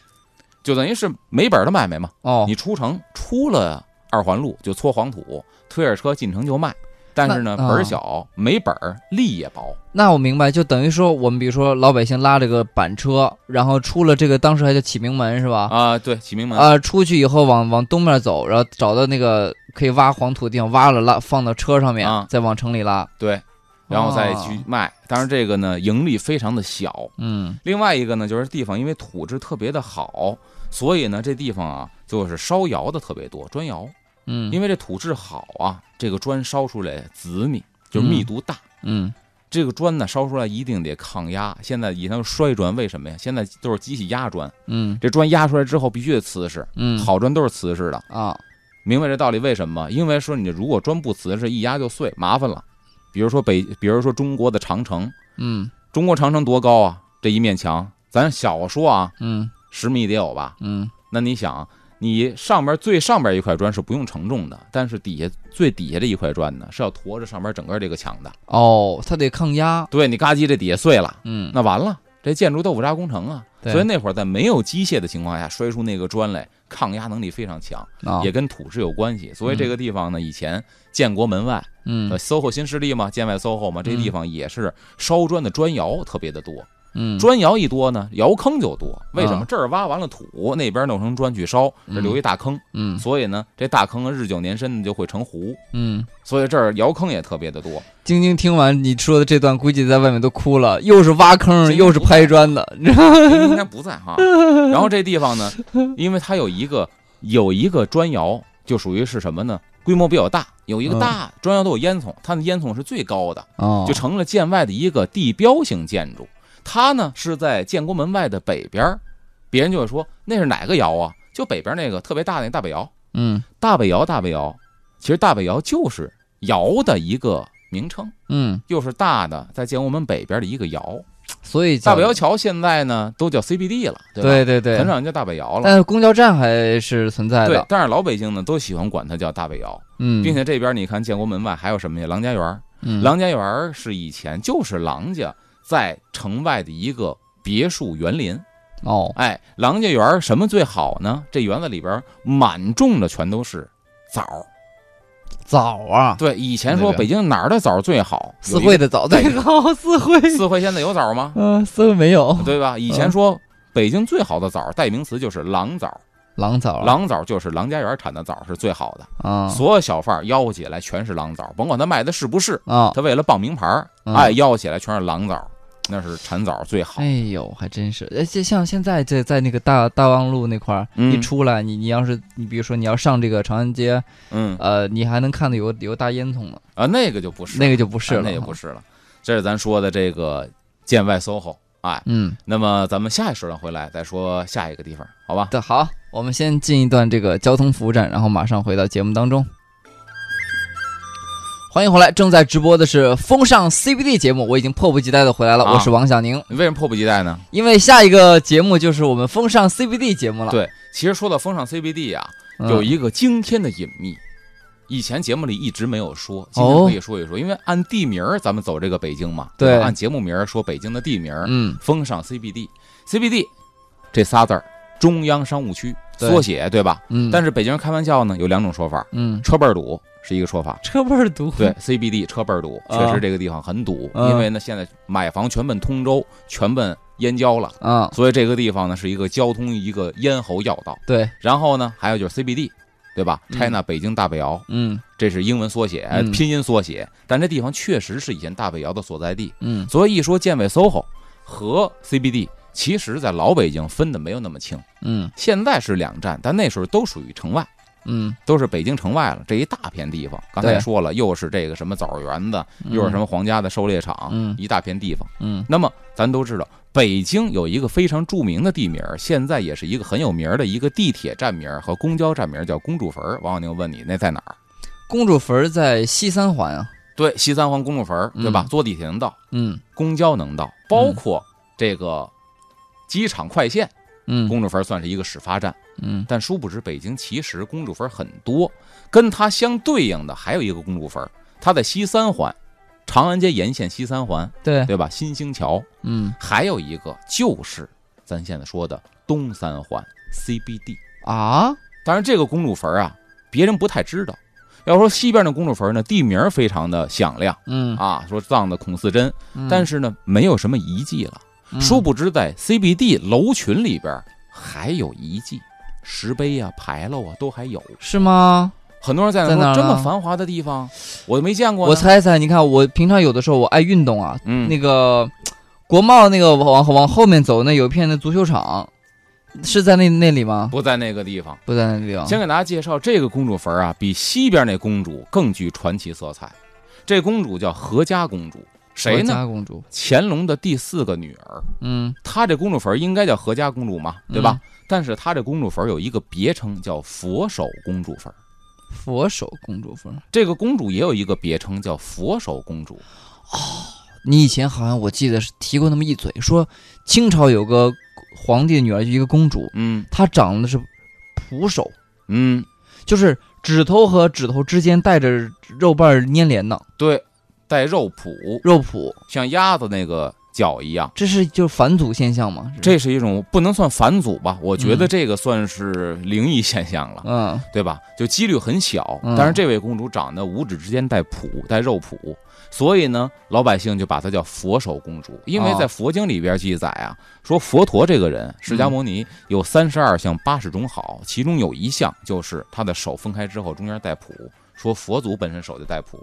就等于是没本儿的买卖嘛。哦，你出城出了二环路就搓黄土，推着车进城就卖，但是呢，那本啊儿小，没本儿，力也薄。那我明白，就等于说我们比如说老百姓拉了个板车，然后出了这个当时还叫启明门是吧？啊，对，启明门，啊，出去以后往往东面走，然后找到那个可以挖黄土的地方，挖了拉放到车上面啊，再往城里拉。对，然后再去哦卖。当然，这个呢，盈利非常的小。嗯另外一个呢，就是地方因为土质特别的好，所以呢，这地方啊，就是烧窑的特别多，砖窑。嗯，因为为这土质好啊，这个砖烧出来紫密，就是密度大。嗯这个砖呢，烧出来一定得抗压。现在以前摔砖，为什么呀？现在都是机器压砖，嗯这砖压出来之后必须得瓷实，嗯，好砖都是瓷实的。啊，明白这道理为什么吗？因为说你如果砖不瓷实，一压就碎，麻烦了。比如说北，比如说中国的长城，嗯中国长城多高啊？这一面墙，咱小说啊，嗯十米得有吧？嗯那你想，你上边最上边一块砖是不用承重的，但是底下最底下这一块砖呢，是要驮着上边整个这个墙的。哦，它得抗压。对你嘎叽，这底下碎了，嗯，那完了，这建筑豆腐渣工程啊。对所以那会儿在没有机械的情况下，摔出那个砖来，抗压能力非常强，啊也跟土质有关系。所以嗯这个地方呢，以前建国门外，呃嗯，SOHO 新势力嘛，建外 SOHO 嘛，这嗯地方也是烧砖的砖窑特别的多。嗯砖窑一多呢，窑坑就多。为什么啊？这儿挖完了土，那边弄成砖去烧，这留一大坑。嗯所以呢，这大坑日久年深的就会成湖。嗯。所以这儿窑坑也特别的 多。晶晶听完你说的这段，估计在外面都哭了，又是挖坑，晶晶又是拍砖 的，你知道吗应该不在哈。 然后这地方呢，因为它有一个有一个砖窑，就属于是什么呢？规模比较大，有嗯一个大砖窑都有烟囱，它的烟囱是最高的，哦就成了建外的一个地标性建筑。它呢是在建国门外的北边儿，别人就会说那是哪个窑啊？就北边那个特别大那大北窑，嗯大北窑，大北窑。其实大北窑就是窑的一个名称，嗯，又是大的，在建国门北边的一个窑。所以叫大北窑桥现在呢都叫 CBD 了，对吧？对对对很，少人叫大北窑了。但是公交站还是存在对的，，但是老北京呢都喜欢管它叫大北窑，嗯，并且这边你看建国门外还有什么呀？郎家园儿，嗯郎家园儿是以前就是郎家在城外的一个别墅园林。哦，哎，郎家园儿什么最好呢？这园子里边儿满种的全都是枣儿。枣啊，对，以前说那边北京哪儿的枣儿最好？四惠的枣 最好，四惠，有一个，四惠现在有枣儿吗？嗯，四惠没有，对吧？以前说北京最好的枣儿，代名词就是郎枣儿，狼枣，郎枣儿就是郎家园儿产的枣儿是最好的。啊所有小贩儿吆喝起来全是狼枣，甭管他卖的是不是，啊，他为了傍名牌儿，嗯哎，吆喝起来全是狼枣，那是产枣最好哎。呦，还真是，哎，就像现在这在那个大大望路那块儿嗯一出来，你你要是你比如说你要上这个长安街，嗯呃，你还能看到有有大烟囱呢，啊，那个就不是，那个就不是啊了，那个不，是了。这是咱说的这个建外 SOHO。哎，嗯。那么咱们下一时段回来再说下一个地方，好吧？的好，我们先进一段这个交通服务站，然后马上回到节目当中。欢迎回来，正在直播的是《风尚 CBD》节目，我已经迫不及待的回来了，啊我是王小宁。你为什么迫不及待呢？因为下一个节目就是我们《风尚 CBD》节目了。对，其实说到风尚 CBD 啊，嗯，有一个惊天的隐秘，以前节目里一直没有哦说，今天可以说一说，因为按地名儿咱们走这个北京嘛，对吧按节目名儿说北京的地名儿，嗯风尚 CBD，CBD 这仨字儿，中央商务区对缩写对吧？嗯，但是是北京人开玩笑呢，有两种说法，嗯，，车倍儿堵是一个说法车味儿毒。对 CBD 车倍儿堵，嗯啊确实这个地方很堵，嗯因为呢现在买房全奔通州，全奔燕郊了。啊，所以这个地方呢是一个交通一个咽喉要道，对，然后呢还有就是 CBD，对吧嗯？China 北京大北窑，嗯这是英文缩写，嗯拼音缩写，但这地方确实是以前大北窑的所在地。嗯所以一说建委 SOHO 和 CBD，其实在老北京分的没有那么清，嗯现在是两站，但那时候都属于城外，嗯，都是北京城外了这一大片地方。刚才也对说了，又是这个什么枣儿园子，又是什么？么皇家的狩猎场，嗯一大片地方。嗯那么咱都知道，北京有一个非常著名的地名儿，现在也是一个很有名儿的一个地铁站名儿和公交站名儿，叫公主坟儿。王小宁问你，那在哪儿？公主坟儿在西三环啊。对，西三环公主坟儿，对吧？嗯坐地铁能到，嗯公交能到，包括这个机场快线，嗯公主坟算是一个始发站。嗯但殊不知，北京其实公主坟很多，跟它相对应的还有一个公主坟，它在西三环，长安街沿线西三环，对，对吧？新兴桥，嗯还有一个就是咱现在说的东三环 CBD。啊，当然，这个公主坟啊，别人不太知道。要说西边的公主坟呢，地名非常的响亮嗯，啊，说葬的孔四珍，嗯但是呢，没有什么遗迹了。嗯殊不知在 CBD 楼群里边还有遗迹，石碑啊、牌楼啊都还有。是吗？很多人在那在哪说儿这么呢繁华的地方，我没见过呢。我猜猜，你看我平常有的时候我爱运动啊，嗯，那个国贸那个往往后面走那有一片那足球场，是在那那里吗？不在那个地方。不在那里啊。先给大家介绍这个公主坟啊，比西边那公主更具传奇色彩。这公主叫何家公主，谁国呢？家公主，乾隆的第四个女儿。嗯，她这公主坟应该叫何家公主嘛，对吧？但是她这公主坟有一个别称叫佛手公主坟，佛手公主风。这个公主也有一个别称叫佛手公主。你以前好像我记得是提过那么一嘴，说清朝有个皇帝的女儿，就一个公主，嗯她长得是璞手，嗯，就是指头和指头之间带着肉瓣儿粘连的对，带肉脯，肉脯，像鸭子那个脚一样。这是就是返祖现象吗？这是一种不能算返祖吧，我觉得嗯这个算是灵异现象了，嗯对吧？就几率很小。嗯但是这位公主长得五指之间带蹼，带肉蹼，所以呢，老百姓就把她叫佛手公主，因为哦在佛经里边记载啊，说佛陀这个人，释迦牟尼嗯有三十二相八十种好，其中有一项就是他的手分开之后中间带蹼，说佛祖本身手就带蹼。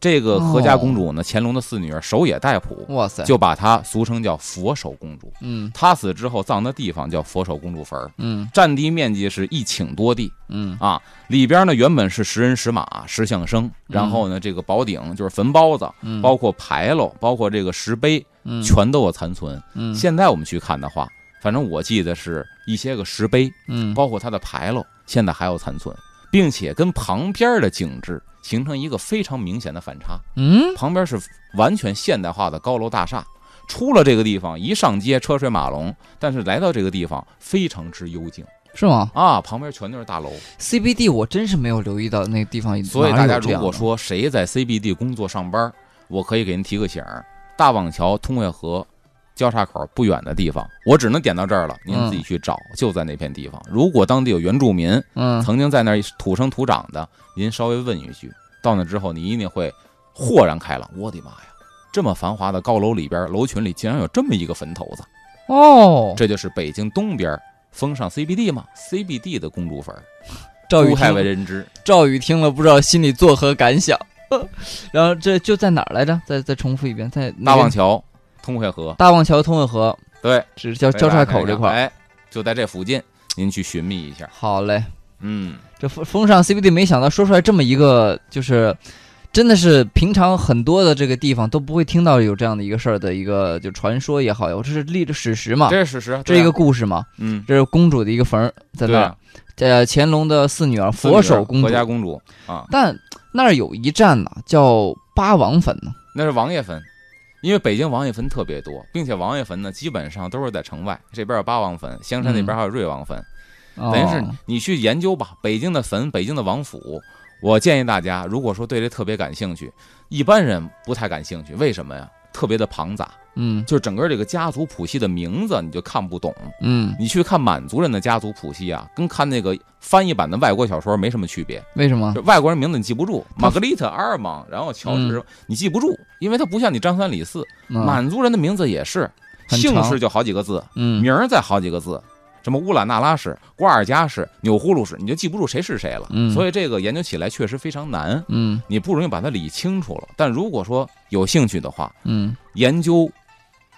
这个哦何家公主呢，乾隆的四女儿手也带蹼，哇塞，就把她俗称叫佛手公主。嗯她死之后葬的地方叫佛手公主坟儿，嗯占地面积是一顷多地嗯啊。里边呢原本是十人十马十象生，然后呢这个宝鼎就是坟包子，嗯，包括牌楼，包括这个石碑，嗯全都有残存。嗯现在我们去看的话，反正我记得是一些个石碑，嗯包括它的牌楼，现在还有残存，并且跟旁边的景致形成一个非常明显的反差。嗯旁边是完全现代化的高楼大厦。出了这个地方，一上街车水马龙，但是来到这个地方非常之幽静是吗啊，旁边全都是大楼。 ？CBD 我真是没有留意到那个地方，所以哪大家有这如样的果说谁在 CBD 工作上班，我可以给您提个醒儿：大网桥、通惠河交叉口不远的地方，我只能点到这儿了，您嗯自己去找，就在那片地方。如果当地有原住民嗯曾经在那儿土生土长的，您稍微问一句，到那之后你一定会豁然开朗。我的妈呀，这么繁华的高楼里边，楼群里竟然有这么一个坟头子，哦，这就是北京东边封上 CBD 嘛，CBD 的公主坟，赵宇不太听为人知。赵宇听了不知道心里作何感想。 然后这就在哪儿来着？再再重复一遍，在大望桥、桥、通惠河，大望桥、通惠河，对，只交呃交叉口这块儿。哎，就在这附近，您去寻觅一下。好嘞，嗯，这风风尚 CBD 没想到说出来这么一个，就是真的是平常很多的这个地方都不会听到有这样的一个事儿的一个就传说也好，这是历史史实嘛，这是事实，这对是啊一个，故事嘛，嗯，这是公主的一个坟儿在对那儿啊，，呃，乾隆的四女儿自己佛手的公主何，家公主啊，但那儿有一站呢，叫八王坟呢，那是王爷坟，因为北京王爷坟特别多，并且王爷坟呢基本上都是在城外，这边有八王坟，香山那边还有瑞王坟，嗯哦等于是你去研究吧，北京的坟，北京的王府。我建议大家，如果说对这特别感兴趣，一般人不太感兴趣，为什么呀？特别的庞杂，嗯就是整个这个家族谱系的名字你就看不懂。嗯，你去看满族人的家族谱系啊，跟看那个翻译版的外国小说没什么区别。为什么？就外国人名字你记不住，他玛格丽特·阿尔芒，然后乔治，你记不住，因为他不像你张三李四。嗯满族人的名字也是，很姓长氏就好几个字，嗯名儿再好几个字，什么乌兰那拉氏、瓜尔佳氏、钮祜禄氏，你就记不住谁是谁了。嗯所以这个研究起来确实非常难，嗯你不容易把它理清楚了。但如果说有兴趣的话，嗯研究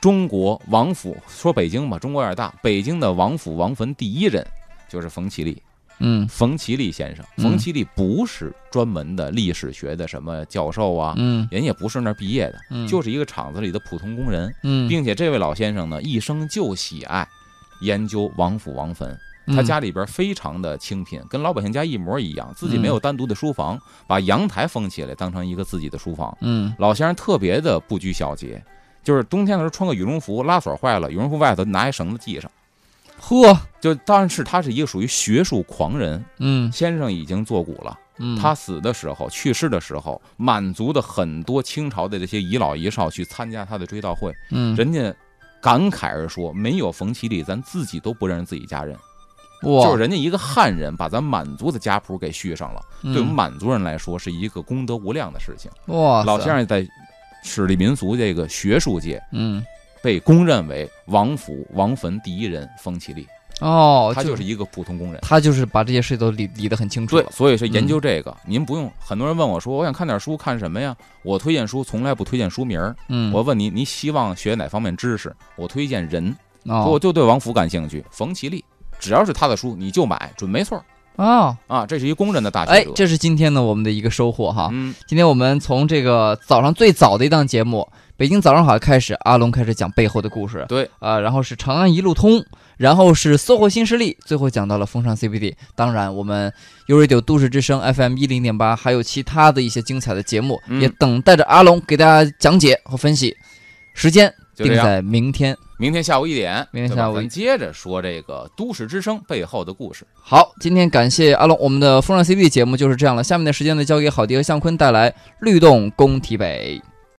中国王府，说北京吧，中国有点大，北京的王府王坟第一人就是冯其利。嗯冯其利先生，嗯冯其利不是专门的历史学的什么教授啊，嗯人也不是那儿毕业的，嗯，就是一个厂子里的普通工人，嗯，并且这位老先生呢，一生就喜爱研究王府王坟。他嗯家里边非常的清贫，跟老百姓家一模一样，自己没嗯有单独的书房，把阳台封起来当成一个自己的书房。嗯老先生特别的不拘小节，就是冬天的时候穿个羽绒服，拉锁坏了，羽绒服外头拿一绳子系上。呵就当然是他是一个属于学术狂人，嗯先生已经作古了。嗯，他死的时候，去世的时候，满族的很多清朝的这些遗老遗少去参加他的追悼会，嗯人家感慨而说：“没有冯其利，咱自己都不认识自己家人。”哇，就是人家一个汉人把咱满族的家谱给续上了，对我们满族人来说是一个功德无量的事情。嗯哇塞，老先生在史地民俗这个学术界嗯被公认为王府王坟第一人冯其力，哦，他就是一个普通工人。他就是把这些事都理理得很清楚对了，，所以是嗯研究这个，您不用。很多人问我说，我想看点书，看什么呀？我推荐书从来不推荐书名儿。嗯，我问你，你希望学哪方面知识？我推荐人，我哦就对王府感兴趣。冯其力，只要是他的书，你就买，准没错儿哦，啊！这是一公认的大哎学者，。这是今天呢我们的一个收获哈，嗯，今天我们从这个早上最早的一档节目《北京早上好》开始，阿龙开始讲背后的故事，对，呃，然后是长安一路通，然后是搜狐新势力，最后讲到了风尚 CBD。当然，我们 u radio 都市之声 FM 一零点八还有其他的一些精彩的节目，嗯也等待着阿龙给大家讲解和分析。时间就定这样。在明天。明天下午一点，明天对吧下午一咱接着说这个《都市之声》背后的故事。好，今天感谢阿龙，我们的风尚 CBD 节目就是这样了。下面的时间呢，交给郝迪和向坤带来《律动工体北》。